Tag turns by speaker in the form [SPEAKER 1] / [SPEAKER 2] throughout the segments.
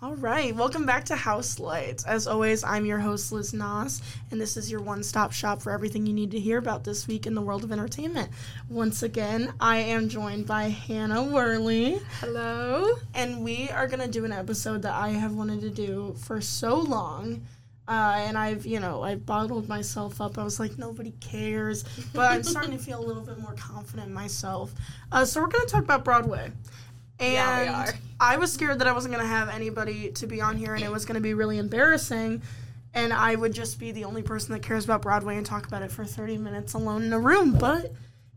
[SPEAKER 1] All right, welcome back to House Lights. As always, I'm your host, Liz Noss, and this is your one stop shop for everything you need to hear about this week in the world of entertainment. Once again, I am joined by Hannah Worley,
[SPEAKER 2] Hello.
[SPEAKER 1] and we are going to do an episode that I have wanted to do for so long. Uh, and I've, you know, I've bottled myself up. I was like, nobody cares. But I'm starting to feel a little bit more confident in myself. Uh, so we're going to talk about Broadway. And
[SPEAKER 2] Yeah, we are.
[SPEAKER 1] I was scared that I wasn't going to have anybody to be on here and it was going to be really embarrassing. And I would just be the only person that cares about Broadway and talk about it for 30 minutes alone in a room. But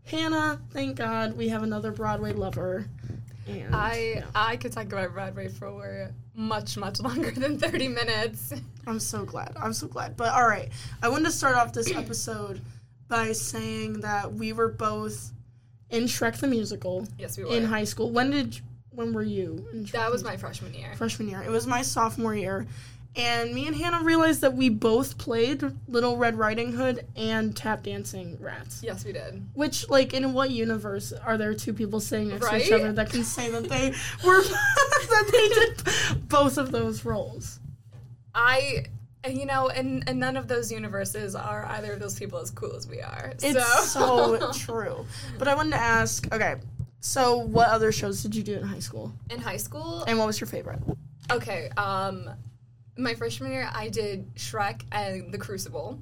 [SPEAKER 1] Hannah, thank God we have another Broadway lover. And,
[SPEAKER 2] I
[SPEAKER 1] yeah.
[SPEAKER 2] I could talk about Broadway for much much longer than 30 minutes.
[SPEAKER 1] I'm so glad. I'm so glad. But all right, I wanted to start off this episode by saying that we were both in Shrek the Musical
[SPEAKER 2] Yes, we
[SPEAKER 1] in
[SPEAKER 2] were.
[SPEAKER 1] high school. When did when were you? In Shrek
[SPEAKER 2] That
[SPEAKER 1] the
[SPEAKER 2] was
[SPEAKER 1] Musical?
[SPEAKER 2] my freshman year.
[SPEAKER 1] freshman year. It was my sophomore year, and me and Hannah realized that we both played Little Red Riding Hood and tap dancing rats.
[SPEAKER 2] Yes, we did.
[SPEAKER 1] Which, like, in what universe are there two people sitting next to each
[SPEAKER 2] Right?
[SPEAKER 1] other that can say that they were that they did both of those roles?
[SPEAKER 2] I and, you know, and, and none of those universes are either of those people as cool as we are.
[SPEAKER 1] It's so, true. But I wanted to ask, okay, so what other shows did you do in high school?
[SPEAKER 2] in high school,
[SPEAKER 1] And what was your favorite?
[SPEAKER 2] okay, um my freshman year I did Shrek and The Crucible.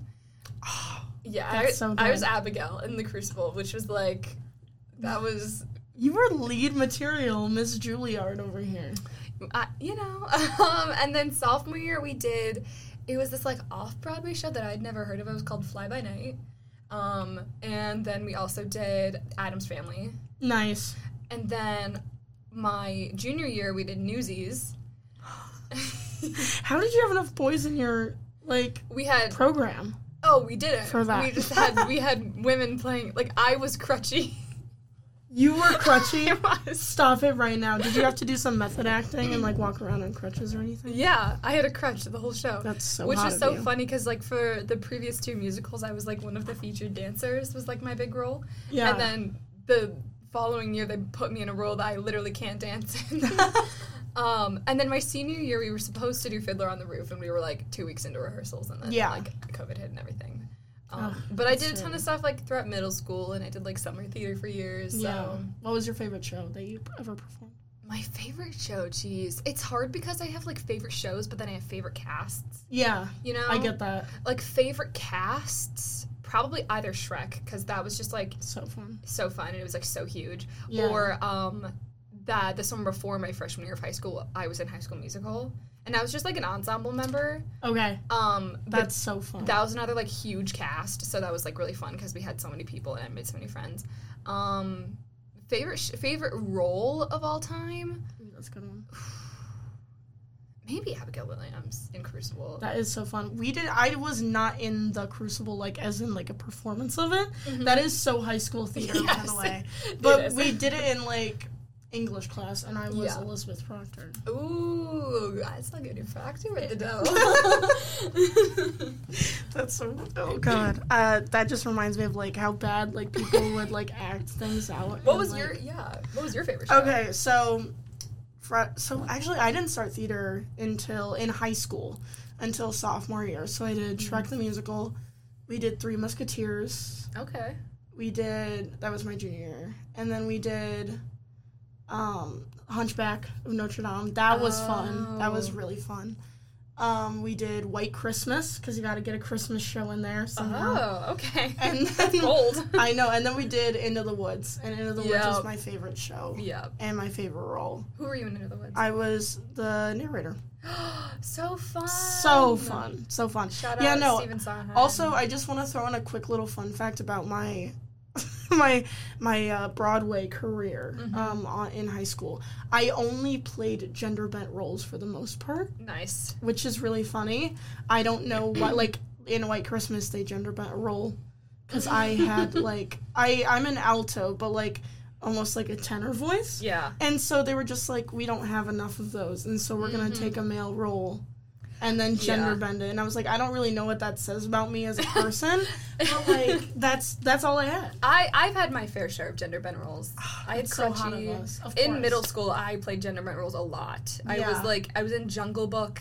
[SPEAKER 2] Yeah, I,
[SPEAKER 1] That's so
[SPEAKER 2] I was
[SPEAKER 1] good.
[SPEAKER 2] Abigail in The Crucible, which was like that was
[SPEAKER 1] You were lead material, Miss Juilliard over here.
[SPEAKER 2] I, you know. Um, and then sophomore year, we did. It was this like off Broadway show that I'd never heard of. It was called Fly By Night. Um, and then we also did Adam's Family.
[SPEAKER 1] Nice.
[SPEAKER 2] And then my junior year, we did Newsies.
[SPEAKER 1] How did you have enough boys in your like
[SPEAKER 2] we had
[SPEAKER 1] program?
[SPEAKER 2] oh, we did it.
[SPEAKER 1] For that.
[SPEAKER 2] we just had we had women playing. Like I was crutchy.
[SPEAKER 1] You were crutchy.
[SPEAKER 2] it was.
[SPEAKER 1] Stop it right now. Did you have to do some method acting and like walk around on crutches or anything?
[SPEAKER 2] Yeah, I had a crutch the whole show.
[SPEAKER 1] That's so
[SPEAKER 2] which
[SPEAKER 1] hot
[SPEAKER 2] was
[SPEAKER 1] of
[SPEAKER 2] so
[SPEAKER 1] you.
[SPEAKER 2] funny because like for the previous two musicals, I was like one of the featured dancers was like my big role.
[SPEAKER 1] Yeah.
[SPEAKER 2] And then the following year, they put me in a role that I literally can't dance in. um, and then my senior year, we were supposed to do Fiddler on the Roof, and we were like two weeks into rehearsals, and then
[SPEAKER 1] Yeah.
[SPEAKER 2] like COVID hit and everything. Um,
[SPEAKER 1] Ugh,
[SPEAKER 2] but I
[SPEAKER 1] that's
[SPEAKER 2] did a ton
[SPEAKER 1] terrible.
[SPEAKER 2] of stuff like throughout middle school, and I did like summer theater for years.
[SPEAKER 1] yeah.
[SPEAKER 2] So
[SPEAKER 1] What was your favorite show that you ever performed?
[SPEAKER 2] my favorite show, geez, it's hard because I have like favorite shows, but then I have favorite casts.
[SPEAKER 1] Yeah,
[SPEAKER 2] You know,
[SPEAKER 1] I get that.
[SPEAKER 2] like favorite casts, probably either Shrek because that was just like
[SPEAKER 1] So fun.
[SPEAKER 2] so fun and it was like so huge.
[SPEAKER 1] Yeah.
[SPEAKER 2] Or um that the summer before my freshman year of high school, I was in High School Musical and I was just like an ensemble member.
[SPEAKER 1] Okay,
[SPEAKER 2] Um but
[SPEAKER 1] that's so fun.
[SPEAKER 2] that was another like huge cast, so that was like really fun because we had so many people and I made so many friends. Um favorite sh- favorite role of all time?
[SPEAKER 1] that's a good one.
[SPEAKER 2] Maybe Abigail Williams in Crucible.
[SPEAKER 1] That is so fun. We did. I was not in the Crucible, like as in like a performance of it. That is so high school theater kind
[SPEAKER 2] Mm-hmm. Yes.
[SPEAKER 1] of way.
[SPEAKER 2] It
[SPEAKER 1] But
[SPEAKER 2] is.
[SPEAKER 1] we did it in like English class, and I was
[SPEAKER 2] Yeah.
[SPEAKER 1] Elizabeth Proctor.
[SPEAKER 2] Ooh, that's like a factor with the dough.
[SPEAKER 1] That's so. Oh god. Uh, that just reminds me of like how bad like people would like act things out.
[SPEAKER 2] what
[SPEAKER 1] and,
[SPEAKER 2] was
[SPEAKER 1] like-
[SPEAKER 2] your yeah? What was your favorite? Show?
[SPEAKER 1] Okay, so, fr- so actually, I didn't start theater until in high school, until sophomore year. So I did Shrek the Musical. We did Three Musketeers.
[SPEAKER 2] Okay.
[SPEAKER 1] We did that was my junior year, and then we did, um, Hunchback of Notre Dame. That was fun. That was
[SPEAKER 2] Oh.
[SPEAKER 1] really fun. Um, we did White Christmas because you got to get a Christmas show in there somehow.
[SPEAKER 2] Oh, okay.
[SPEAKER 1] And then
[SPEAKER 2] Bold.
[SPEAKER 1] I know, and then we did Into the Woods, and Into the Woods
[SPEAKER 2] Yeah.
[SPEAKER 1] was my favorite show
[SPEAKER 2] yeah.
[SPEAKER 1] and my favorite role.
[SPEAKER 2] Who were you in Into the Woods?
[SPEAKER 1] I was the narrator.
[SPEAKER 2] so fun.
[SPEAKER 1] So fun. So fun.
[SPEAKER 2] Shout
[SPEAKER 1] yeah,
[SPEAKER 2] out
[SPEAKER 1] no.
[SPEAKER 2] Steven Sondheim.
[SPEAKER 1] Also, I just want to throw in a quick little fun fact about my my my uh, Broadway career
[SPEAKER 2] Mm-hmm.
[SPEAKER 1] um, on, in high school. I only played gender bent roles for the most part,
[SPEAKER 2] nice.
[SPEAKER 1] which is really funny. I don't know what like in White Christmas they gender bent a role because I had like I I'm an alto, but like almost like a tenor voice.
[SPEAKER 2] Yeah.
[SPEAKER 1] And so they were just like, we don't have enough of those, and so we're gonna
[SPEAKER 2] Mhm.
[SPEAKER 1] take a male role and then gender
[SPEAKER 2] Yeah.
[SPEAKER 1] bended. And I was like, I don't really know what that says about me as a person. but like that's that's all I had.
[SPEAKER 2] I, I've had my fair share of gender bent roles. I had
[SPEAKER 1] So
[SPEAKER 2] crunchy.
[SPEAKER 1] hot of us. Of
[SPEAKER 2] in
[SPEAKER 1] course.
[SPEAKER 2] middle school, I played gender bent roles a lot. I
[SPEAKER 1] Yeah.
[SPEAKER 2] was like, I was in Jungle Book,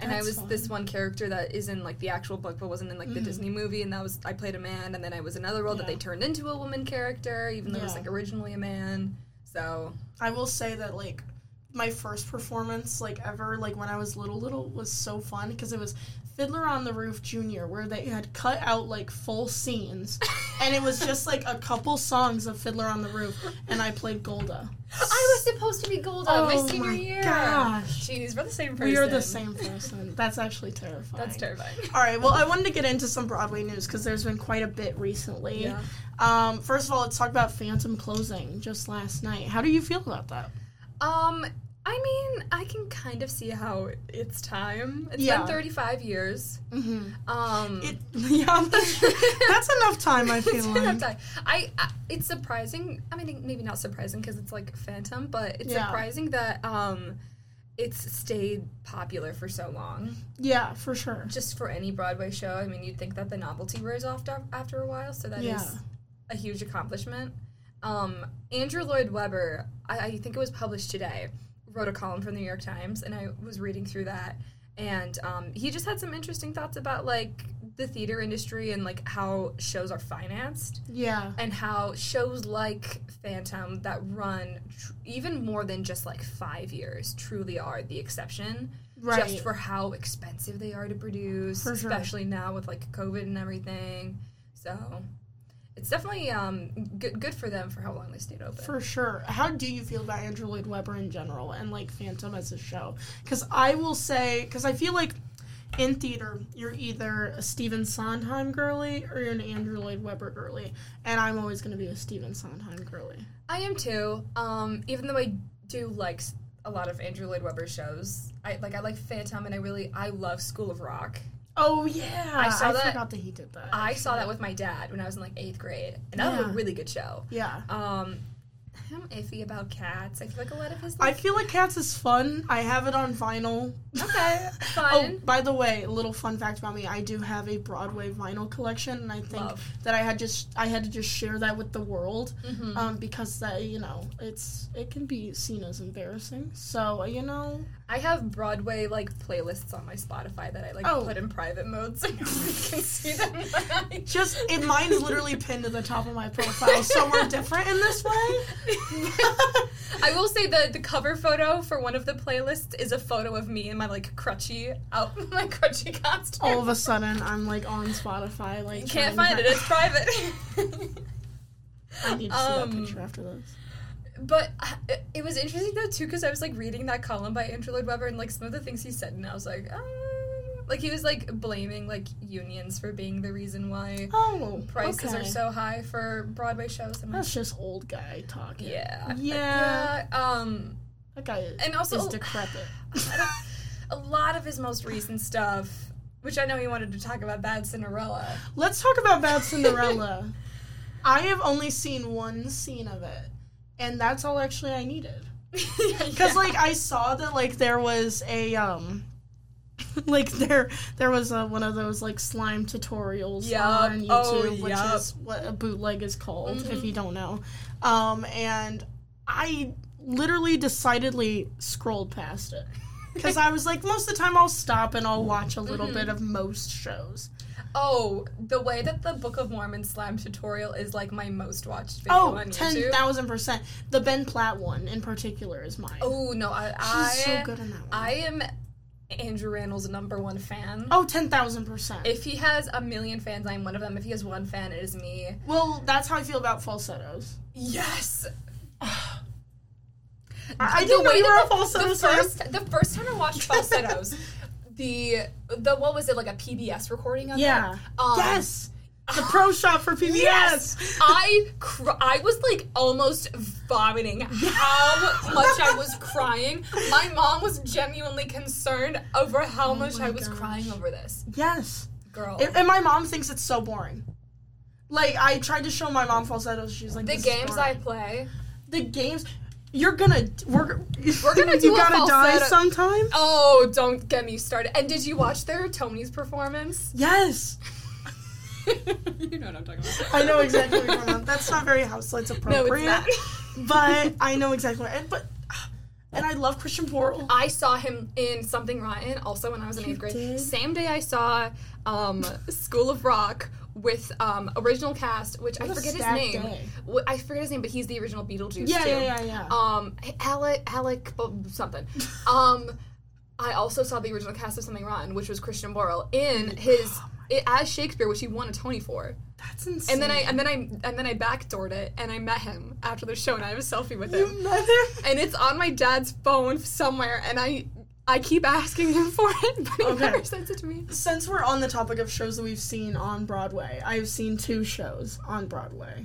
[SPEAKER 2] and I
[SPEAKER 1] That's
[SPEAKER 2] was
[SPEAKER 1] fun.
[SPEAKER 2] this one character that is in like the actual book, but wasn't in like the
[SPEAKER 1] Mhm.
[SPEAKER 2] Disney movie, and that was I played a man, and then I was another role that they
[SPEAKER 1] Yeah.
[SPEAKER 2] turned into a woman character, even though it was
[SPEAKER 1] Yeah.
[SPEAKER 2] like originally a man. So
[SPEAKER 1] I will say that like my first performance like ever like when I was little little was so fun because it was Fiddler on the Roof Junior where they had cut out like full scenes and it was just like a couple songs of Fiddler on the Roof and I played Golda.
[SPEAKER 2] I was supposed to be Golda
[SPEAKER 1] Oh
[SPEAKER 2] my senior
[SPEAKER 1] my
[SPEAKER 2] year.
[SPEAKER 1] gosh.
[SPEAKER 2] Jeez, we're the same person.
[SPEAKER 1] We are the same person. That's actually terrifying.
[SPEAKER 2] That's terrifying.
[SPEAKER 1] All right. Well, I wanted to get into some Broadway news because there's been quite a bit recently.
[SPEAKER 2] Yeah.
[SPEAKER 1] Um, first of all, let's talk about Phantom closing just last night. How do you feel about that?
[SPEAKER 2] Um, I mean, I can kind of see how it's time. It's
[SPEAKER 1] Yeah.
[SPEAKER 2] been 35 years.
[SPEAKER 1] Mm-hmm.
[SPEAKER 2] Um,
[SPEAKER 1] It, yeah, that's, that's enough time. I feel
[SPEAKER 2] it's
[SPEAKER 1] like.
[SPEAKER 2] enough time. I, I it's surprising. I mean, maybe not surprising because it's like Phantom, but it's
[SPEAKER 1] Yeah.
[SPEAKER 2] surprising that um, it's stayed popular for so long.
[SPEAKER 1] Yeah, for sure.
[SPEAKER 2] Just for any Broadway show, I mean, you'd think that the novelty wears off da- after a while, so that is
[SPEAKER 1] Yeah.
[SPEAKER 2] a huge accomplishment. Um, Andrew Lloyd Webber, I, I think it was published today, wrote a column for the New York Times, and I was reading through that, and um, he just had some interesting thoughts about like the theater industry and like how shows are financed
[SPEAKER 1] Yeah.
[SPEAKER 2] and how shows like Phantom that run tr- even more than just like five years truly are the exception.
[SPEAKER 1] Right.
[SPEAKER 2] Just for how expensive they are to produce,
[SPEAKER 1] For sure.
[SPEAKER 2] especially now with like COVID and everything. So it's definitely um, good good for them for how long they stayed open.
[SPEAKER 1] For sure. How do you feel about Andrew Lloyd Webber in general and like Phantom as a show? Because I will say, because I feel like in theater, you're either a Stephen Sondheim girly or you're an Andrew Lloyd Webber girly. And I'm always going to be a Stephen Sondheim girly.
[SPEAKER 2] I am too. Um, even though I do like s- a lot of Andrew Lloyd Webber shows, I like I like Phantom and I really I love School of Rock.
[SPEAKER 1] Oh, yeah.
[SPEAKER 2] I saw that-
[SPEAKER 1] forgot that he did that.
[SPEAKER 2] I saw that with my dad when I was in like eighth grade, and that was a
[SPEAKER 1] Yeah.
[SPEAKER 2] really good show.
[SPEAKER 1] yeah.
[SPEAKER 2] Um, I'm iffy about cats. I feel like a lot of his.
[SPEAKER 1] I
[SPEAKER 2] Like,
[SPEAKER 1] feel like Cats is fun. I have it on vinyl.
[SPEAKER 2] okay,
[SPEAKER 1] Oh,
[SPEAKER 2] fun.
[SPEAKER 1] by the way, a little fun fact about me: I do have a Broadway vinyl collection, and I think
[SPEAKER 2] Love.
[SPEAKER 1] that I had just I had to just share that with the world
[SPEAKER 2] Mhm.
[SPEAKER 1] um, because that you know it's it can be seen as embarrassing. So you know,
[SPEAKER 2] I have Broadway like playlists on my Spotify that I like
[SPEAKER 1] Oh.
[SPEAKER 2] put in private mode so nobody can see them.
[SPEAKER 1] just it, mine's literally pinned to the top of my profile, so we're different in this way.
[SPEAKER 2] I will say that the cover photo for one of the playlists is a photo of me in my like crutchy out my crutchy costume.
[SPEAKER 1] All of a sudden, I'm like on Spotify, like
[SPEAKER 2] you can't
[SPEAKER 1] trying
[SPEAKER 2] find
[SPEAKER 1] to-
[SPEAKER 2] it. It's private.
[SPEAKER 1] I need to see
[SPEAKER 2] Um,
[SPEAKER 1] that picture after this.
[SPEAKER 2] But I- it- it was interesting though too because I was like reading that column by Andrew Lloyd Webber and like some of the things he said and I was like, um, like he was like blaming like unions for being the reason why
[SPEAKER 1] Oh,
[SPEAKER 2] prices
[SPEAKER 1] okay.
[SPEAKER 2] are so high for Broadway shows. I'm like,
[SPEAKER 1] That's just old guy talking.
[SPEAKER 2] yeah,
[SPEAKER 1] Yeah.
[SPEAKER 2] yeah. Um,
[SPEAKER 1] That guy is,
[SPEAKER 2] and also
[SPEAKER 1] is decrepit.
[SPEAKER 2] a lot of his most recent stuff, which I know he wanted to talk about, Bad Cinderella.
[SPEAKER 1] Let's talk about Bad Cinderella. I have only seen one scene of it, and that's all actually I needed. Because like I saw that like there was a um, like there there was uh one of those like slime tutorials
[SPEAKER 2] Yup.
[SPEAKER 1] on YouTube,
[SPEAKER 2] Oh,
[SPEAKER 1] which
[SPEAKER 2] yup.
[SPEAKER 1] is what a bootleg is called if
[SPEAKER 2] Mhm.
[SPEAKER 1] you don't know. Um, and I literally decidedly scrolled past it. Because I was like, most of the time I'll stop and I'll watch a little
[SPEAKER 2] Mhm.
[SPEAKER 1] bit of most shows.
[SPEAKER 2] oh, the way that the Book of Mormon slam tutorial is like my most watched video
[SPEAKER 1] Oh,
[SPEAKER 2] on YouTube.
[SPEAKER 1] 10,000%. The Ben Platt one in particular is mine.
[SPEAKER 2] oh no, I, I uh,
[SPEAKER 1] She's so good in that one.
[SPEAKER 2] I am Andrew Rannell's number one fan.
[SPEAKER 1] oh, 10,000%.
[SPEAKER 2] If he has a million fans, I'm one of them. If he has one fan, it is me.
[SPEAKER 1] well, that's how I feel about falsettos.
[SPEAKER 2] Yes.
[SPEAKER 1] I, I
[SPEAKER 2] The
[SPEAKER 1] didn't know
[SPEAKER 2] way
[SPEAKER 1] you were
[SPEAKER 2] that
[SPEAKER 1] a
[SPEAKER 2] the,
[SPEAKER 1] falsetto
[SPEAKER 2] the
[SPEAKER 1] first.
[SPEAKER 2] first the first time I watched falsettos, the the what was it like a PBS recording? Of
[SPEAKER 1] Yeah.
[SPEAKER 2] It? Um,
[SPEAKER 1] yes. The pro shop for PBS.
[SPEAKER 2] Yes. I cr- I was like almost vomiting how much I was crying. My mom was genuinely concerned over how much
[SPEAKER 1] Oh my
[SPEAKER 2] I was
[SPEAKER 1] gosh.
[SPEAKER 2] crying over this.
[SPEAKER 1] Yes.
[SPEAKER 2] Girl.
[SPEAKER 1] And- and my mom thinks it's so boring. Like I tried to show my mom falsettos. She's like,
[SPEAKER 2] the
[SPEAKER 1] "This is
[SPEAKER 2] games I
[SPEAKER 1] boring."
[SPEAKER 2] play
[SPEAKER 1] the games. You're gonna we're
[SPEAKER 2] We're gonna do
[SPEAKER 1] you
[SPEAKER 2] a
[SPEAKER 1] gotta die
[SPEAKER 2] falsetto-
[SPEAKER 1] sometime.
[SPEAKER 2] Oh, don't get me started. And did you watch their Tony's performance?
[SPEAKER 1] Yes,
[SPEAKER 2] you know what I'm talking about.
[SPEAKER 1] I know exactly. what you're talking about. That's not very house lights
[SPEAKER 2] No,
[SPEAKER 1] appropriate.
[SPEAKER 2] it's not.
[SPEAKER 1] But I know exactly. What, and but and I love Christian Portal.
[SPEAKER 2] I saw him in Something Rotten also when I was in
[SPEAKER 1] You
[SPEAKER 2] eighth grade.
[SPEAKER 1] did?
[SPEAKER 2] Same day I saw um, School of Rock with um, original cast, which I
[SPEAKER 1] What a
[SPEAKER 2] forget his
[SPEAKER 1] stacked
[SPEAKER 2] name.
[SPEAKER 1] day.
[SPEAKER 2] Wh- I forget his name, but he's the original Beetlejuice.
[SPEAKER 1] Yeah,
[SPEAKER 2] too.
[SPEAKER 1] yeah, yeah, yeah.
[SPEAKER 2] Um, Alec, Alec, bu- something. Um, I also saw the original cast of Something Rotten, which was Christian Borle
[SPEAKER 1] Oh
[SPEAKER 2] in his it, as Shakespeare, which he won a Tony for.
[SPEAKER 1] That's insane.
[SPEAKER 2] And then I and then I and then I backdoored it, and I met him after the show, and I have a selfie with him
[SPEAKER 1] you met him.
[SPEAKER 2] and it's on my dad's phone somewhere, and I I keep asking him for it, but he
[SPEAKER 1] Okay.
[SPEAKER 2] never sends it to me.
[SPEAKER 1] Since we're on the topic of shows that we've seen on Broadway, I've seen two shows on Broadway,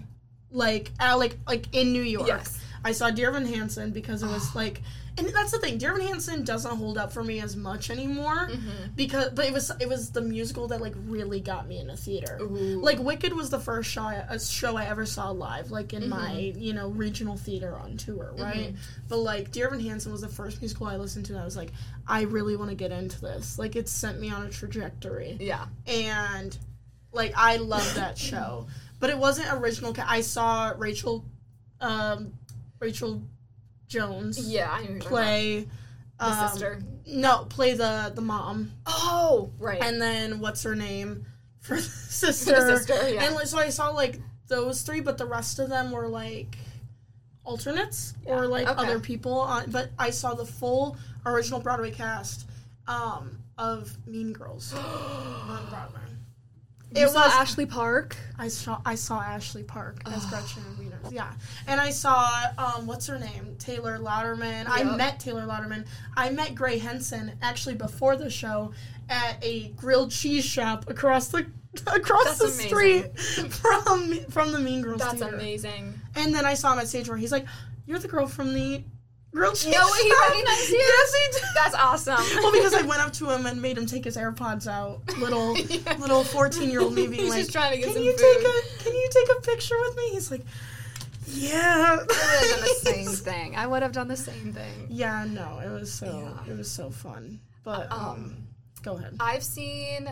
[SPEAKER 1] like uh, like like in New York.
[SPEAKER 2] Yes.
[SPEAKER 1] I saw Dear Evan Hansen because it was like, and that's the thing. Dear Evan Hansen doesn't hold up for me as much anymore
[SPEAKER 2] Mm-hmm.
[SPEAKER 1] because, but it was it was the musical that like really got me in the theater.
[SPEAKER 2] Ooh.
[SPEAKER 1] Like Wicked was the first show I, a show I ever saw live, like in my
[SPEAKER 2] Mm-hmm.
[SPEAKER 1] you know regional theater on tour, right? But like Dear Evan Hansen was the first musical I listened to. and I was like, I really want to get into this. Like it sent me on a trajectory
[SPEAKER 2] Yeah.
[SPEAKER 1] and like I love that show. But it wasn't original. Ca- I saw Rachel, um, Rachel Jones
[SPEAKER 2] Yeah, I knew
[SPEAKER 1] play
[SPEAKER 2] the
[SPEAKER 1] um,
[SPEAKER 2] sister.
[SPEAKER 1] No, play the the mom,
[SPEAKER 2] Oh, right.
[SPEAKER 1] and then what's her name for the
[SPEAKER 2] The
[SPEAKER 1] sister?
[SPEAKER 2] sister, yeah.
[SPEAKER 1] And like, so I saw like those three, but the rest of them were like alternates or
[SPEAKER 2] Yeah,
[SPEAKER 1] like
[SPEAKER 2] okay.
[SPEAKER 1] other people. On, but I saw the full original Broadway cast um, of Mean Girls on Broadway.
[SPEAKER 2] You
[SPEAKER 1] It
[SPEAKER 2] saw
[SPEAKER 1] was
[SPEAKER 2] Ashley Park.
[SPEAKER 1] I saw I saw Ashley Park as Gretchen Wiener. Yeah, and I saw um, what's her name Taylor Lauderman. I
[SPEAKER 2] Yep.
[SPEAKER 1] met Taylor Lauderman. I met Gray Henson actually before the show at a grilled cheese shop across the across
[SPEAKER 2] That's
[SPEAKER 1] the
[SPEAKER 2] amazing.
[SPEAKER 1] street from from the Mean Girls.
[SPEAKER 2] That's
[SPEAKER 1] theater.
[SPEAKER 2] amazing.
[SPEAKER 1] And then I saw him at stage where he's like, "You're the girl from the grilled cheese."
[SPEAKER 2] No, he
[SPEAKER 1] shop."
[SPEAKER 2] recognized you.
[SPEAKER 1] Yes, he did.
[SPEAKER 2] That's awesome.
[SPEAKER 1] Well, because I went up to him and made him take his AirPods out, little
[SPEAKER 2] Yeah.
[SPEAKER 1] little fourteen year old me being
[SPEAKER 2] He's
[SPEAKER 1] like,
[SPEAKER 2] just trying to get
[SPEAKER 1] "Can
[SPEAKER 2] some
[SPEAKER 1] you
[SPEAKER 2] food."
[SPEAKER 1] take a Can you take a picture with me?" He's like, "Yeah."
[SPEAKER 2] I would have done the same thing. I would have done the same thing.
[SPEAKER 1] yeah, no, it was so
[SPEAKER 2] Yeah.
[SPEAKER 1] it was so fun. But um,
[SPEAKER 2] Um,
[SPEAKER 1] go ahead.
[SPEAKER 2] I've seen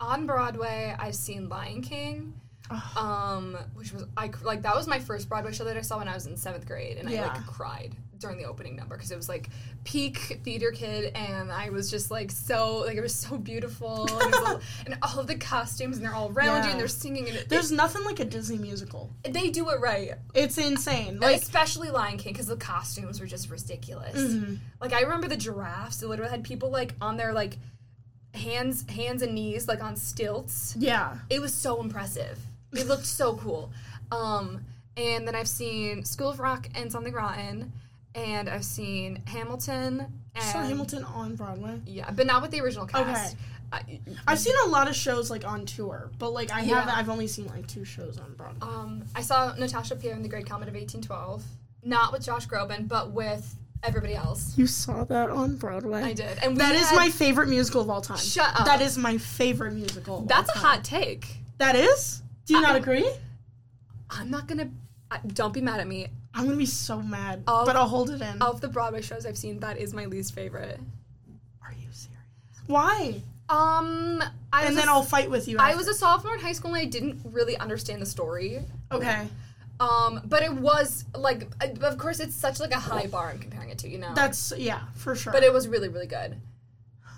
[SPEAKER 2] on Broadway. I've seen Lion King.
[SPEAKER 1] Ugh.
[SPEAKER 2] Um, which was I cr- like that was my first Broadway show that I saw when I was in seventh grade, and I
[SPEAKER 1] Yeah.
[SPEAKER 2] like cried during the opening number because it was like peak theater kid, and I was just like so like it was so beautiful, and, it was all- and all of the costumes, and they're all around you,
[SPEAKER 1] Yeah.
[SPEAKER 2] and they're singing, and
[SPEAKER 1] There's nothing like a Disney musical.
[SPEAKER 2] it, they do it right,
[SPEAKER 1] It's insane. Like,
[SPEAKER 2] especially Lion King because the costumes were just ridiculous.
[SPEAKER 1] mhm.
[SPEAKER 2] Like I remember the giraffes, they literally had people like on their like hands hands and knees like on stilts
[SPEAKER 1] yeah,
[SPEAKER 2] it was so impressive. It looked so cool. Um, and then I've seen School of Rock and Something Rotten, and I've seen Hamilton. And,
[SPEAKER 1] I saw Hamilton on Broadway.
[SPEAKER 2] Yeah, but not with the original cast. I,
[SPEAKER 1] I've seen a lot of shows like on tour, but like I
[SPEAKER 2] Yeah.
[SPEAKER 1] haven't. I've only seen like two shows on Broadway.
[SPEAKER 2] um, I saw Natasha Pierre in The Great Comet of 1812, not with Josh Groban, but with everybody else.
[SPEAKER 1] You saw that on Broadway.
[SPEAKER 2] I did, and we
[SPEAKER 1] That is
[SPEAKER 2] had-
[SPEAKER 1] my favorite musical of all time.
[SPEAKER 2] Shut up.
[SPEAKER 1] That is my favorite musical. of
[SPEAKER 2] That's a
[SPEAKER 1] all time.
[SPEAKER 2] hot take.
[SPEAKER 1] That is. Do you not
[SPEAKER 2] I-
[SPEAKER 1] agree?
[SPEAKER 2] I'm not gonna. I, don't be mad at me.
[SPEAKER 1] I'm gonna be so mad,
[SPEAKER 2] Of-
[SPEAKER 1] but I'll hold it in.
[SPEAKER 2] Of the Broadway shows I've seen, that is my least favorite.
[SPEAKER 1] Are you serious? Why?
[SPEAKER 2] Um, I was
[SPEAKER 1] And
[SPEAKER 2] a
[SPEAKER 1] then i I'll fight with you.
[SPEAKER 2] I was a sophomore in high school and I didn't really understand the story.
[SPEAKER 1] okay.
[SPEAKER 2] Um, but it was like, I- of course, it's such like a high bar I'm comparing it to, you know.
[SPEAKER 1] That's yeah, for sure.
[SPEAKER 2] but it was really, really good.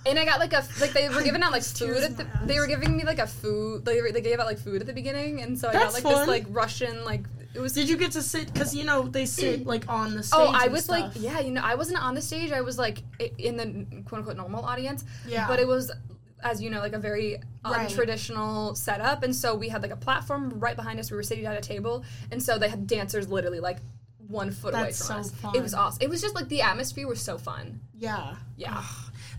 [SPEAKER 2] And I got like a like they were giving out like food
[SPEAKER 1] Tears
[SPEAKER 2] at the,
[SPEAKER 1] in my
[SPEAKER 2] they were
[SPEAKER 1] eyes.
[SPEAKER 2] giving me like a food they, were- they gave out like food at the beginning and so I
[SPEAKER 1] That's
[SPEAKER 2] got like
[SPEAKER 1] fun.
[SPEAKER 2] this like Russian like it was
[SPEAKER 1] did you get to sit? Cause you know they sit like on the stage.
[SPEAKER 2] oh I
[SPEAKER 1] and
[SPEAKER 2] was like
[SPEAKER 1] stuff.
[SPEAKER 2] yeah you know I wasn't on the stage I was like i- in the quote unquote normal audience
[SPEAKER 1] yeah.
[SPEAKER 2] but it was as you know like a very
[SPEAKER 1] Right.
[SPEAKER 2] untraditional setup and so we had like a platform right behind us we were sitting at a table and so they had dancers literally like one foot
[SPEAKER 1] That's so
[SPEAKER 2] away from us
[SPEAKER 1] fun.
[SPEAKER 2] it was awesome it was just like the atmosphere was so fun
[SPEAKER 1] yeah.
[SPEAKER 2] yeah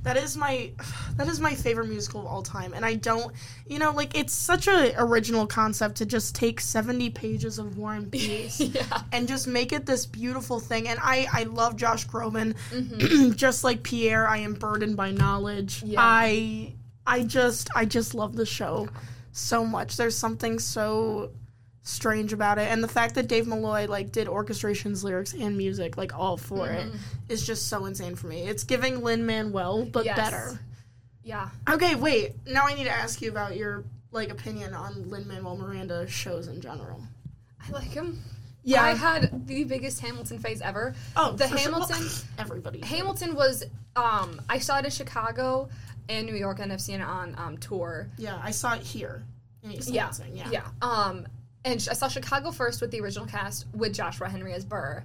[SPEAKER 1] That is my that is my favorite musical of all time. And I don't you know, like it's such a original concept to just take seventy pages of War and Peace
[SPEAKER 2] yeah
[SPEAKER 1] and just make it this beautiful thing. And I, I love Josh Groban.
[SPEAKER 2] Mm-hmm.
[SPEAKER 1] just like Pierre, I am burdened by knowledge.
[SPEAKER 2] Yeah.
[SPEAKER 1] I I just I just love the show so much. There's something so strange about it. And the fact that Dave Malloy like did orchestrations, lyrics, and music like all for
[SPEAKER 2] Mm-hmm.
[SPEAKER 1] it is just so insane for me. It's giving Lin Manuel but
[SPEAKER 2] Yes.
[SPEAKER 1] better.
[SPEAKER 2] Yeah.
[SPEAKER 1] Okay, wait. Now I need to ask you about your like opinion on Lin Manuel Miranda shows in general.
[SPEAKER 2] I like him.
[SPEAKER 1] Yeah.
[SPEAKER 2] I had the biggest Hamilton phase ever.
[SPEAKER 1] oh,
[SPEAKER 2] the
[SPEAKER 1] for sure. Well,
[SPEAKER 2] Hamilton-
[SPEAKER 1] everybody.
[SPEAKER 2] Hamilton was um I saw it in Chicago and New York and I've seen it on um tour.
[SPEAKER 1] yeah, I saw it here. in East
[SPEAKER 2] Yeah.
[SPEAKER 1] Lansing, yeah.
[SPEAKER 2] Yeah. Um and sh- I saw Chicago first with the original cast with Joshua Henry as Burr.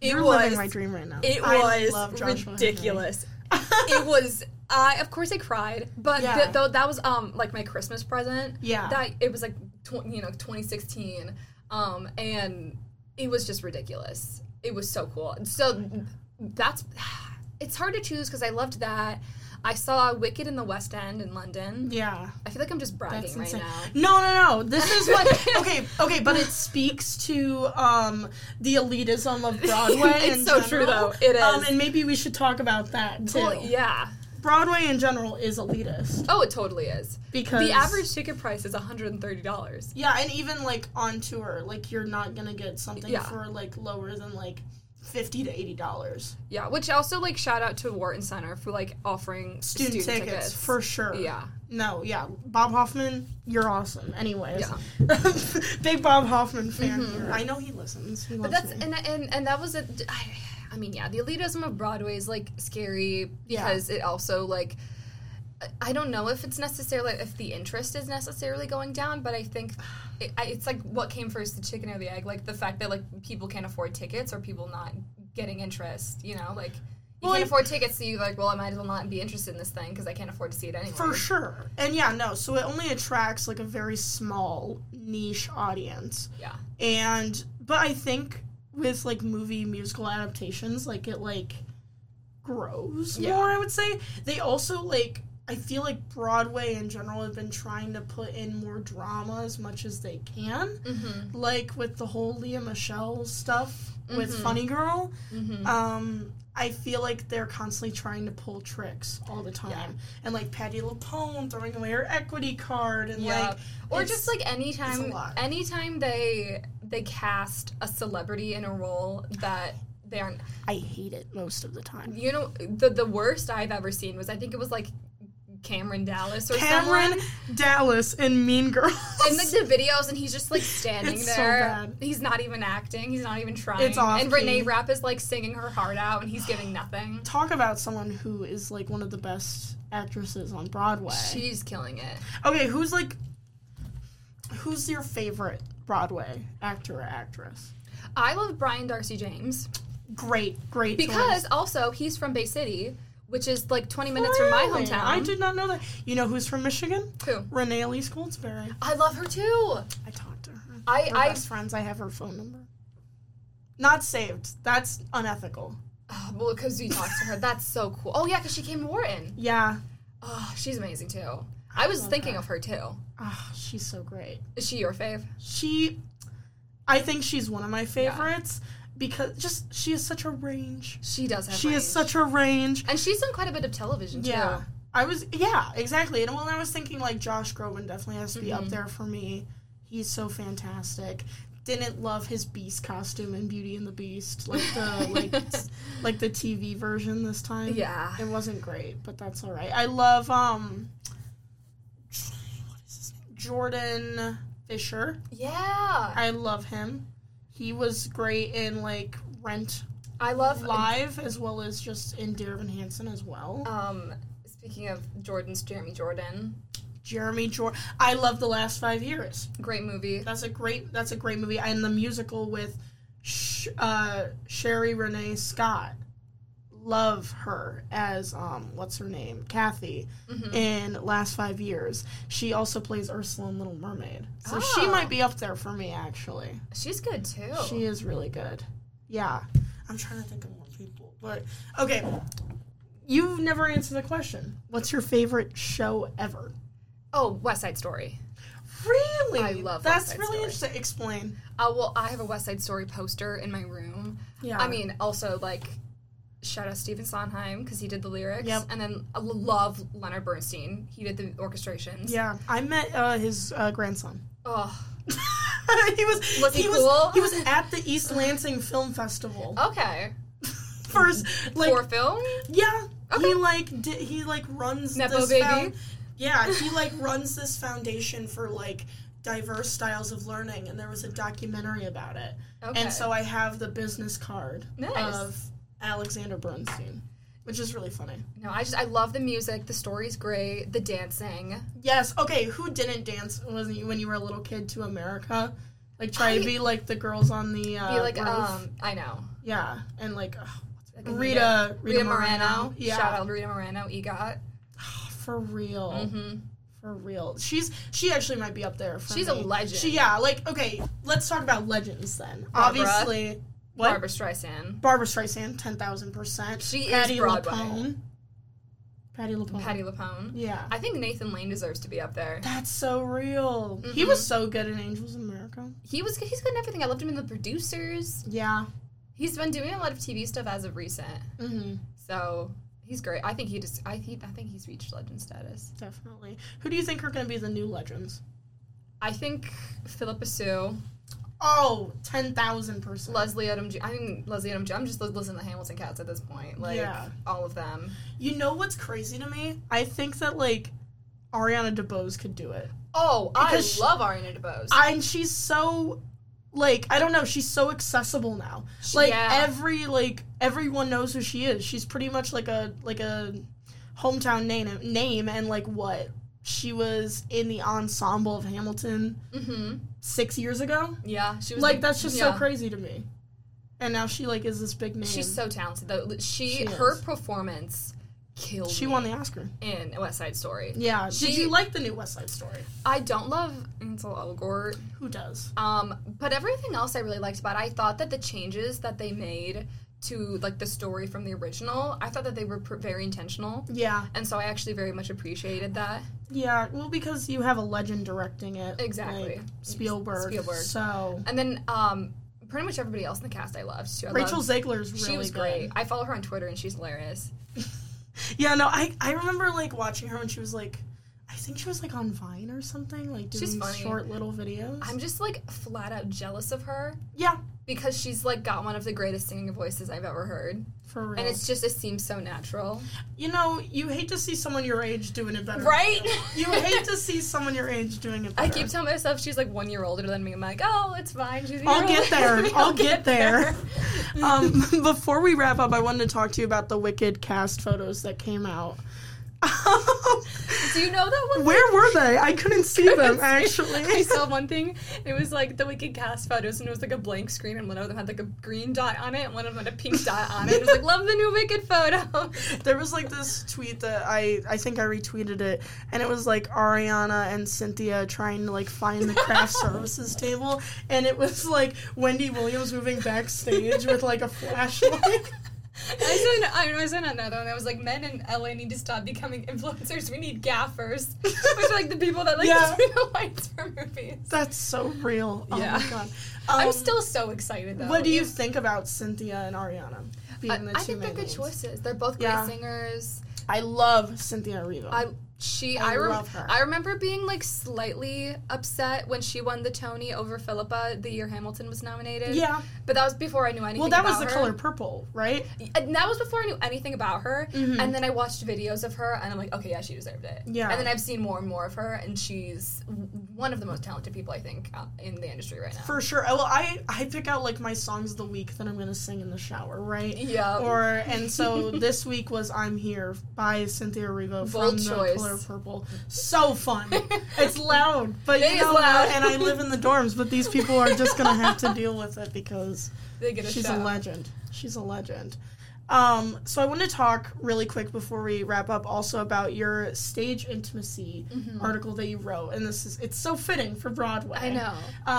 [SPEAKER 2] It
[SPEAKER 1] You're
[SPEAKER 2] was
[SPEAKER 1] living my dream right now.
[SPEAKER 2] it
[SPEAKER 1] I love
[SPEAKER 2] was
[SPEAKER 1] Joshua
[SPEAKER 2] ridiculous. it was I of course I cried, but
[SPEAKER 1] Yeah.
[SPEAKER 2] th- though that was um like my Christmas present.
[SPEAKER 1] Yeah.
[SPEAKER 2] That it was like tw- you know 2016 um and it was just ridiculous. It was so cool.
[SPEAKER 1] Oh
[SPEAKER 2] So that's it's hard to choose cuz I loved that. I saw Wicked in the West End in London.
[SPEAKER 1] Yeah.
[SPEAKER 2] I feel like I'm just bragging
[SPEAKER 1] That's
[SPEAKER 2] right
[SPEAKER 1] insane.
[SPEAKER 2] now.
[SPEAKER 1] No, no, no. This is what okay, okay, but it speaks to um the elitism of Broadway.
[SPEAKER 2] It's
[SPEAKER 1] in
[SPEAKER 2] so true,
[SPEAKER 1] general.
[SPEAKER 2] though. It
[SPEAKER 1] Um,
[SPEAKER 2] is.
[SPEAKER 1] and maybe we should talk about that too.
[SPEAKER 2] Well, yeah.
[SPEAKER 1] Broadway in general is elitist
[SPEAKER 2] Oh, it totally is.
[SPEAKER 1] because
[SPEAKER 2] The average ticket price is $130.
[SPEAKER 1] Yeah, and even like on tour, like you're not gonna get something
[SPEAKER 2] Yeah.
[SPEAKER 1] for like lower than like fifty to eighty dollars.
[SPEAKER 2] Yeah, which also like shout out to Wharton Center for like offering
[SPEAKER 1] Student, tickets, for sure.
[SPEAKER 2] yeah.
[SPEAKER 1] No, yeah. Bob Hoffman, you're awesome. Anyways.
[SPEAKER 2] Yeah. Mm-hmm.
[SPEAKER 1] Big Bob Hoffman fan here. I know he listens. He
[SPEAKER 2] But
[SPEAKER 1] loves
[SPEAKER 2] that's
[SPEAKER 1] me.
[SPEAKER 2] and and and that was a. I, I mean, yeah, the elitism of Broadway is like scary
[SPEAKER 1] Yeah.
[SPEAKER 2] because it also like. I- I don't know if it's necessarily if the interest is necessarily going down, but I think it, I- it's like what came first, the chicken or the egg? Like the fact that like people can't afford tickets or people not getting interest. You know, like you
[SPEAKER 1] Well,
[SPEAKER 2] can't
[SPEAKER 1] it-
[SPEAKER 2] afford tickets, so you like, well, I might as well not be interested in this thing because I can't afford to see it anyway.
[SPEAKER 1] For sure. And yeah, no, so it only attracts like a very small niche audience.
[SPEAKER 2] Yeah.
[SPEAKER 1] And but I think with like movie musical adaptations, like it like grows
[SPEAKER 2] Yeah.
[SPEAKER 1] more, I would say. They also like I feel like Broadway in general have been trying to put in more drama as much as they can.
[SPEAKER 2] Mm-hmm.
[SPEAKER 1] Like with the whole Leah Michelle stuff with
[SPEAKER 2] Mhm.
[SPEAKER 1] Funny Girl.
[SPEAKER 2] Mm-hmm.
[SPEAKER 1] Um, I feel like they're constantly trying to pull tricks all the time, and like Patty LaPone throwing away her equity card, and
[SPEAKER 2] Yeah.
[SPEAKER 1] like
[SPEAKER 2] or
[SPEAKER 1] It's-
[SPEAKER 2] just like
[SPEAKER 1] it's a
[SPEAKER 2] anytime
[SPEAKER 1] lot.
[SPEAKER 2] anytime they they cast a celebrity in a role that they aren't
[SPEAKER 1] I hate it most of the time.
[SPEAKER 2] you know the the worst i've ever seen was i think it was like cameron dallas or
[SPEAKER 1] Cameron
[SPEAKER 2] someone
[SPEAKER 1] Dallas and Mean Girls.
[SPEAKER 2] and like the videos and he's just like standing
[SPEAKER 1] It's so
[SPEAKER 2] there
[SPEAKER 1] bad.
[SPEAKER 2] he's not even acting he's not even trying
[SPEAKER 1] It's off
[SPEAKER 2] and renee
[SPEAKER 1] key.
[SPEAKER 2] rapp is like singing her heart out and he's giving nothing
[SPEAKER 1] Talk about someone who is like one of the best actresses on Broadway.
[SPEAKER 2] she's killing it
[SPEAKER 1] okay, who's like, who's your favorite Broadway actor or actress?
[SPEAKER 2] i love brian darcy james
[SPEAKER 1] Great, great. choice.
[SPEAKER 2] because also he's from bay city which is like 20 minutes from my
[SPEAKER 1] Really?
[SPEAKER 2] hometown
[SPEAKER 1] I did not know that. You know who's from Michigan?
[SPEAKER 2] Who?
[SPEAKER 1] Renee Elise Goldsberry.
[SPEAKER 2] I love her too.
[SPEAKER 1] I talked to her.
[SPEAKER 2] I
[SPEAKER 1] We're
[SPEAKER 2] I
[SPEAKER 1] best friends. I have her phone number. Not saved. That's unethical.
[SPEAKER 2] oh, well because you talked to her. That's so cool. Oh yeah, because she came to Wharton.
[SPEAKER 1] Yeah.
[SPEAKER 2] Oh, she's amazing too. I was
[SPEAKER 1] love
[SPEAKER 2] thinking
[SPEAKER 1] her.
[SPEAKER 2] of her too.
[SPEAKER 1] Ah, she's so great.
[SPEAKER 2] Is she your fave?
[SPEAKER 1] She, I think she's one of my favorites because just she has such a range.
[SPEAKER 2] She does have.
[SPEAKER 1] she
[SPEAKER 2] range.
[SPEAKER 1] has such a range.
[SPEAKER 2] And she's done quite a bit of television too.
[SPEAKER 1] Yeah. I was yeah exactly. And when I was thinking like Josh Groban definitely has to be up there for me. He's so fantastic. Didn't love his Beast costume in Beauty and the Beast, like the like s- like the TV version this time.
[SPEAKER 2] Yeah.
[SPEAKER 1] It wasn't great, but that's all right. I love um what is his name? Jordan Fisher.
[SPEAKER 2] Yeah.
[SPEAKER 1] I love him. He was great in like Rent
[SPEAKER 2] I love
[SPEAKER 1] Live as well as just in Dear Evan Hansen as well.
[SPEAKER 2] Um, speaking of Jordan's Jeremy Jordan,
[SPEAKER 1] Jeremy Jordan. I love The Last 5 Years.
[SPEAKER 2] great movie.
[SPEAKER 1] That's a great that's a great movie and the musical with Sh- uh, Sherry Renee Scott. Love her as um what's her name? Kathy.
[SPEAKER 2] Mhm.
[SPEAKER 1] in last five years. She also plays Ursula in Little Mermaid, so she
[SPEAKER 2] Oh.
[SPEAKER 1] might be up there for me. Actually,
[SPEAKER 2] She's good too.
[SPEAKER 1] she is really good. Yeah, I'm trying to think of more people, but okay. You've never answered the question. What's your favorite show ever?
[SPEAKER 2] oh, West Side Story.
[SPEAKER 1] Really,
[SPEAKER 2] I love
[SPEAKER 1] that's
[SPEAKER 2] West Side
[SPEAKER 1] really
[SPEAKER 2] Story.
[SPEAKER 1] interesting. Explain.
[SPEAKER 2] Uh, well, I have a West Side Story poster in my room.
[SPEAKER 1] Yeah,
[SPEAKER 2] I mean, also like shout out Stephen Sondheim because he did the lyrics,
[SPEAKER 1] Yep.
[SPEAKER 2] and then I love Leonard Bernstein. He did the orchestrations.
[SPEAKER 1] yeah. I met uh, his uh, grandson.
[SPEAKER 2] Oh, Oh,
[SPEAKER 1] he was,
[SPEAKER 2] Was he
[SPEAKER 1] he
[SPEAKER 2] cool? Oh.
[SPEAKER 1] was he was at the East Lansing Film Festival.
[SPEAKER 2] okay.
[SPEAKER 1] First, like
[SPEAKER 2] For film?
[SPEAKER 1] yeah,
[SPEAKER 2] Okay.
[SPEAKER 1] he like di- he like runs
[SPEAKER 2] Nepo
[SPEAKER 1] this
[SPEAKER 2] baby?
[SPEAKER 1] found- yeah, he like runs this foundation for like diverse styles of learning, and there was a documentary about it.
[SPEAKER 2] Okay.
[SPEAKER 1] And so uh, I have the business card
[SPEAKER 2] Nice.
[SPEAKER 1] of Alexander Bernstein, which is really funny.
[SPEAKER 2] no, I just I love the music. The story's great. The dancing.
[SPEAKER 1] Yes. Okay. Who didn't dance wasn't you when you were a little kid to America? Like try
[SPEAKER 2] I-
[SPEAKER 1] to be like the girls on the uh,
[SPEAKER 2] Be like
[SPEAKER 1] roof.
[SPEAKER 2] um I know.
[SPEAKER 1] yeah, and like ugh,
[SPEAKER 2] Like
[SPEAKER 1] Rita, Rita
[SPEAKER 2] Rita, Moreno.
[SPEAKER 1] Yeah.
[SPEAKER 2] Shout out Rita Moreno. EGOT.
[SPEAKER 1] For real.
[SPEAKER 2] Mm-hmm.
[SPEAKER 1] For real. She's she actually might be up there. For
[SPEAKER 2] She's a
[SPEAKER 1] me.
[SPEAKER 2] legend.
[SPEAKER 1] She uh, yeah. Like okay, let's talk about legends then.
[SPEAKER 2] Barbara.
[SPEAKER 1] Obviously, what
[SPEAKER 2] Barbara Streisand.
[SPEAKER 1] Barbara Streisand, ten thousand percent.
[SPEAKER 2] She is
[SPEAKER 1] Patty
[SPEAKER 2] Broadway.
[SPEAKER 1] LuPone. Patty LuPone.
[SPEAKER 2] Patti LuPone.
[SPEAKER 1] Yeah.
[SPEAKER 2] I think Nathan Lane deserves to be up there.
[SPEAKER 1] That's so real. He
[SPEAKER 2] Mhm.
[SPEAKER 1] was so good in Angels in America.
[SPEAKER 2] He was he's good in everything. I loved him in the producers.
[SPEAKER 1] Yeah.
[SPEAKER 2] He's been doing a lot of TV stuff as of recent.
[SPEAKER 1] Mm-hmm.
[SPEAKER 2] So he's great. I think he just I think I think he's reached legend status.
[SPEAKER 1] Definitely. Who do you think are going to be the new legends?
[SPEAKER 2] I think Philippa Sue,
[SPEAKER 1] Oh, 10,000%.
[SPEAKER 2] Leslie Odom Ju- I mean Leslie Odom Ju- I'm just li- listening to Hamilton Cats at this point. Like
[SPEAKER 1] Yeah.
[SPEAKER 2] all of them.
[SPEAKER 1] you know what's crazy to me? I think that, like, Ariana DeBose could do it.
[SPEAKER 2] Oh,
[SPEAKER 1] Because she-
[SPEAKER 2] I love Ariana DeBose.
[SPEAKER 1] I, and she's so, like, I don't know, she's so accessible now.
[SPEAKER 2] She-
[SPEAKER 1] Like,
[SPEAKER 2] yeah.
[SPEAKER 1] every, like, everyone knows who she is. She's pretty much like a, like a hometown name, name and, like, what? She was in the ensemble of Hamilton
[SPEAKER 2] mm-hmm.
[SPEAKER 1] six years ago.
[SPEAKER 2] Yeah, she was
[SPEAKER 1] Like, that's just
[SPEAKER 2] yeah.
[SPEAKER 1] so crazy to me. And now she, like, is this big name.
[SPEAKER 2] She's so talented though. L- She,
[SPEAKER 1] She
[SPEAKER 2] her
[SPEAKER 1] is.
[SPEAKER 2] performance killed.
[SPEAKER 1] She
[SPEAKER 2] me
[SPEAKER 1] won the Oscar.
[SPEAKER 2] in West Side Story.
[SPEAKER 1] Yeah. Did
[SPEAKER 2] She-
[SPEAKER 1] you like the new West Side Story?
[SPEAKER 2] I don't love Ansel Elgort,
[SPEAKER 1] Who does?
[SPEAKER 2] um, but everything else I really liked about. it. I thought that the changes that they made to like the story from the original, I thought that they were pr- very intentional,
[SPEAKER 1] Yeah.
[SPEAKER 2] and so I actually very much appreciated that.
[SPEAKER 1] Yeah. Well, because you have a legend directing it.
[SPEAKER 2] Exactly.
[SPEAKER 1] like Spielberg.
[SPEAKER 2] Spielberg.
[SPEAKER 1] So
[SPEAKER 2] And then um, pretty much everybody else in the cast I loved too. I
[SPEAKER 1] Rachel
[SPEAKER 2] loved-
[SPEAKER 1] Zegler's really
[SPEAKER 2] she was
[SPEAKER 1] good.
[SPEAKER 2] great. I follow her on Twitter and she's hilarious.
[SPEAKER 1] Yeah. No, I I remember like watching her when she was like. I think she was like on Vine or something, like
[SPEAKER 2] She's
[SPEAKER 1] doing
[SPEAKER 2] funny.
[SPEAKER 1] short little videos.
[SPEAKER 2] I'm just like flat out jealous of her
[SPEAKER 1] yeah,
[SPEAKER 2] because she's like got one of the greatest singing voices I've ever heard.
[SPEAKER 1] for real.
[SPEAKER 2] And it's just it seems so natural.
[SPEAKER 1] you know, you hate to see someone your age doing it better.
[SPEAKER 2] Right?
[SPEAKER 1] You hate to see someone your age doing it better.
[SPEAKER 2] I keep telling myself she's like one year older than me. I'm like, oh, it's fine. She's a
[SPEAKER 1] I'll
[SPEAKER 2] year
[SPEAKER 1] get
[SPEAKER 2] older
[SPEAKER 1] there.
[SPEAKER 2] than me.
[SPEAKER 1] I'll get there. um, before we wrap up, I wanted to talk to you about the Wicked cast photos that came out.
[SPEAKER 2] Do you know that one?
[SPEAKER 1] Where were they? I couldn't see them
[SPEAKER 2] Couldn't see- I
[SPEAKER 1] actually.
[SPEAKER 2] saw one thing. It was like the Wicked cast photos, and it was like a blank screen, and one of them had like a green dot on it, and one of them had a pink dot on it. It was like, love the new Wicked photo.
[SPEAKER 1] There was like this tweet that I I think I retweeted it, and it was like Ariana and Cynthia trying to like find the craft services table, and it was like Wendy Williams moving backstage with like a flashlight.
[SPEAKER 2] I saw, I, know, I saw another one that was like, men in LA need to stop becoming influencers. We need gaffers, which are like the people that like
[SPEAKER 1] Yeah.
[SPEAKER 2] do the lights for movies.
[SPEAKER 1] That's so real. Oh
[SPEAKER 2] Yeah.
[SPEAKER 1] my god.
[SPEAKER 2] I'm
[SPEAKER 1] Um,
[SPEAKER 2] still so excited though.
[SPEAKER 1] What do you think about Cynthia and Ariana being
[SPEAKER 2] I,
[SPEAKER 1] the two
[SPEAKER 2] I think they're
[SPEAKER 1] main
[SPEAKER 2] good
[SPEAKER 1] leads?
[SPEAKER 2] choices. They're both great
[SPEAKER 1] Yeah.
[SPEAKER 2] singers.
[SPEAKER 1] I love Cynthia Erivo.
[SPEAKER 2] I she I,
[SPEAKER 1] I
[SPEAKER 2] rem-
[SPEAKER 1] love her.
[SPEAKER 2] I remember being like slightly upset when she won the Tony over Philippa the year Hamilton was nominated.
[SPEAKER 1] yeah.
[SPEAKER 2] But that was before I knew anything.
[SPEAKER 1] Well, that was the
[SPEAKER 2] about her.
[SPEAKER 1] color purple, right?
[SPEAKER 2] And that was before I knew anything about her.
[SPEAKER 1] Mhm.
[SPEAKER 2] And then I watched videos of her, and I'm like, okay, yeah, she deserved it.
[SPEAKER 1] Yeah.
[SPEAKER 2] And then I've seen more and more of her, and she's w- one of the most talented people I think uh, in the industry right now.
[SPEAKER 1] For sure. Oh, Well, I I pick out like my songs of the week that I'm gonna sing in the shower, right?
[SPEAKER 2] yeah.
[SPEAKER 1] Or and so this week was "I'm Here" by Cynthia Erivo from
[SPEAKER 2] Bold
[SPEAKER 1] the
[SPEAKER 2] choice.
[SPEAKER 1] Color Purple. So fun. it's loud, but
[SPEAKER 2] It
[SPEAKER 1] you
[SPEAKER 2] is
[SPEAKER 1] know,
[SPEAKER 2] loud.
[SPEAKER 1] and I live in the dorms, but these people are just gonna have to deal with it because
[SPEAKER 2] they get a
[SPEAKER 1] She's
[SPEAKER 2] show.
[SPEAKER 1] a legend. She's a legend. Um, so I want to talk really quick before we wrap up also about your stage intimacy article that you wrote, and this is it's so fitting for Broadway.
[SPEAKER 2] Mm-hmm. I know.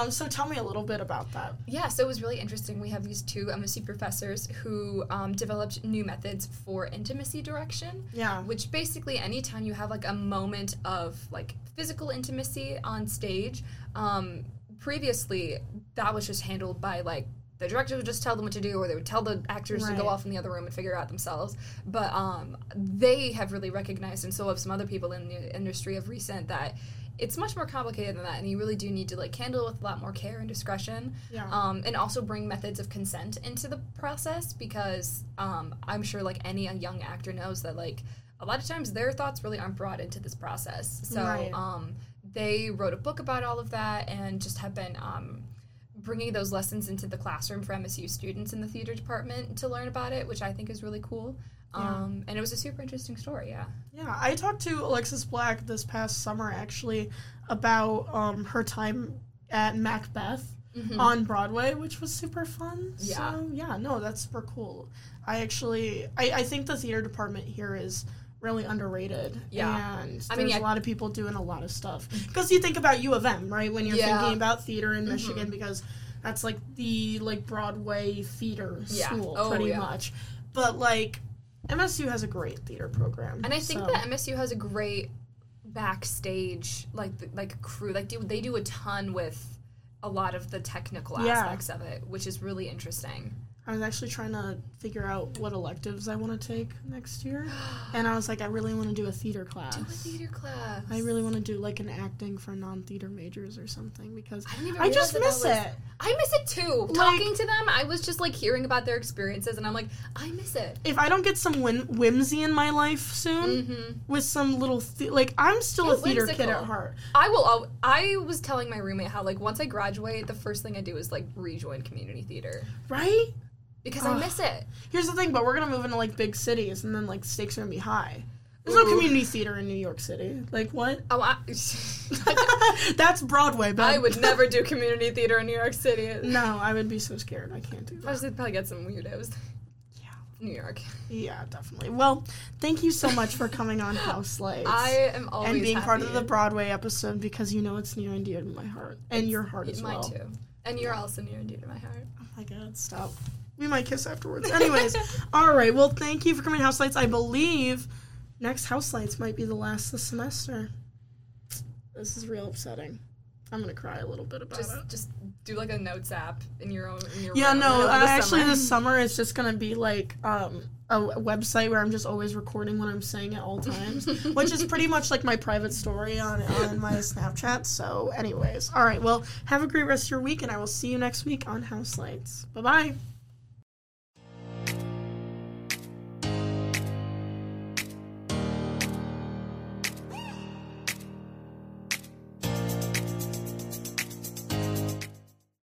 [SPEAKER 1] Um, so tell me a little bit about that.
[SPEAKER 2] Yeah, so it was really interesting. We have these two MSC professors who um, developed new methods for intimacy direction,
[SPEAKER 1] Yeah.
[SPEAKER 2] which basically anytime you have like a moment of like physical intimacy on stage, um, previously that was just handled by like the director would just tell them what to do or they would tell the actors to go
[SPEAKER 1] Right.
[SPEAKER 2] off in the other room and figure it out themselves. But um, they have really recognized and so have some other people in the industry of recent that it's much more complicated than that, and you really do need to like handle it with a lot more care and discretion.
[SPEAKER 1] Yeah.
[SPEAKER 2] Um, and also bring methods of consent into the process because um, I'm sure like any young actor knows that like a lot of times their thoughts really aren't brought into this process. So
[SPEAKER 1] Right.
[SPEAKER 2] um, they wrote a book about all of that and just have been um, bringing those lessons into the classroom for MSU students in the theater department to learn about it, which I think is really cool.
[SPEAKER 1] Yeah.
[SPEAKER 2] Um, and it was a super interesting story. Yeah.
[SPEAKER 1] Yeah, I talked to Alexis Black this past summer actually about um, her time at Macbeth
[SPEAKER 2] Mhm.
[SPEAKER 1] on Broadway, which was super fun.
[SPEAKER 2] Yeah.
[SPEAKER 1] So, yeah, no, that's super cool. I actually, I, I think the theater department here is really underrated.
[SPEAKER 2] Yeah.
[SPEAKER 1] And
[SPEAKER 2] I mean,
[SPEAKER 1] there's
[SPEAKER 2] yeah. Mm-hmm.
[SPEAKER 1] a lot of people doing a lot of stuff. Because you think about U of M, right? When you're
[SPEAKER 2] Yeah.
[SPEAKER 1] thinking about theater in
[SPEAKER 2] Mhm.
[SPEAKER 1] Michigan, because that's like the like Broadway theater
[SPEAKER 2] Yeah.
[SPEAKER 1] school,
[SPEAKER 2] Oh,
[SPEAKER 1] pretty
[SPEAKER 2] yeah.
[SPEAKER 1] much. But like, MSU has a great theater program.
[SPEAKER 2] And I think
[SPEAKER 1] so-
[SPEAKER 2] that MSU has a great backstage like th- like crew. Like do, they do a ton with a lot of the technical
[SPEAKER 1] Yeah.
[SPEAKER 2] aspects of it, which is really interesting.
[SPEAKER 1] I was actually trying to figure out what electives I want to take next year, and I was like, I really want to do a theater class.
[SPEAKER 2] Do a theater class.
[SPEAKER 1] I really want to do like an acting for non-theater majors or something because
[SPEAKER 2] I, didn't even
[SPEAKER 1] I just
[SPEAKER 2] realize
[SPEAKER 1] miss
[SPEAKER 2] that that was-
[SPEAKER 1] it.
[SPEAKER 2] I miss it too.
[SPEAKER 1] Like-
[SPEAKER 2] Talking to them, I was just like hearing about their experiences, and I'm like, I miss it.
[SPEAKER 1] If I don't get some whim- whimsy in my life soon
[SPEAKER 2] Mm-hmm.
[SPEAKER 1] with some little the- like I'm still a
[SPEAKER 2] Get
[SPEAKER 1] theater kid
[SPEAKER 2] whimsical.
[SPEAKER 1] at heart.
[SPEAKER 2] I will. Al- I was telling my roommate how like once I graduate, the first thing I do is like rejoin community theater
[SPEAKER 1] Right?
[SPEAKER 2] because I
[SPEAKER 1] Ugh.
[SPEAKER 2] miss it.
[SPEAKER 1] Here's the thing, but we're gonna move into like big cities, and then like stakes are gonna be high. There's no
[SPEAKER 2] Ooh.
[SPEAKER 1] community theater in New York City. Like what?
[SPEAKER 2] Oh, I,
[SPEAKER 1] That's Broadway, but
[SPEAKER 2] I would never do community theater in New York City.
[SPEAKER 1] Um, No, I would be so scared. I can't do that.
[SPEAKER 2] I should probably get some weirdos.
[SPEAKER 1] Yeah.
[SPEAKER 2] New York.
[SPEAKER 1] Yeah, definitely. Well, thank you so much for coming on House Lights
[SPEAKER 2] I am always
[SPEAKER 1] and being part of
[SPEAKER 2] happy.
[SPEAKER 1] the Broadway episode because you know it's near and dear to my heart and your heart as
[SPEAKER 2] Mine
[SPEAKER 1] well.
[SPEAKER 2] too. And you're also near and dear to my heart.
[SPEAKER 1] Oh my God, stop. We might kiss afterwards. Anyways, all right. Well, thank you for coming, to House Lights. I believe next House Lights might be the last this semester. This is real upsetting. I'm gonna cry a little bit about it.
[SPEAKER 2] Just, just do like a notes app in your own. In your
[SPEAKER 1] Yeah,
[SPEAKER 2] room
[SPEAKER 1] no.
[SPEAKER 2] over
[SPEAKER 1] Uh,
[SPEAKER 2] the
[SPEAKER 1] actually,
[SPEAKER 2] summer.
[SPEAKER 1] this summer it's just gonna be like um, a w- website where I'm just always recording what I'm saying at all times, which is pretty much like my private story on on my Snapchat. So, anyways, all right. Well, have a great rest of your week, and I will see you next week on House Lights. Bye bye.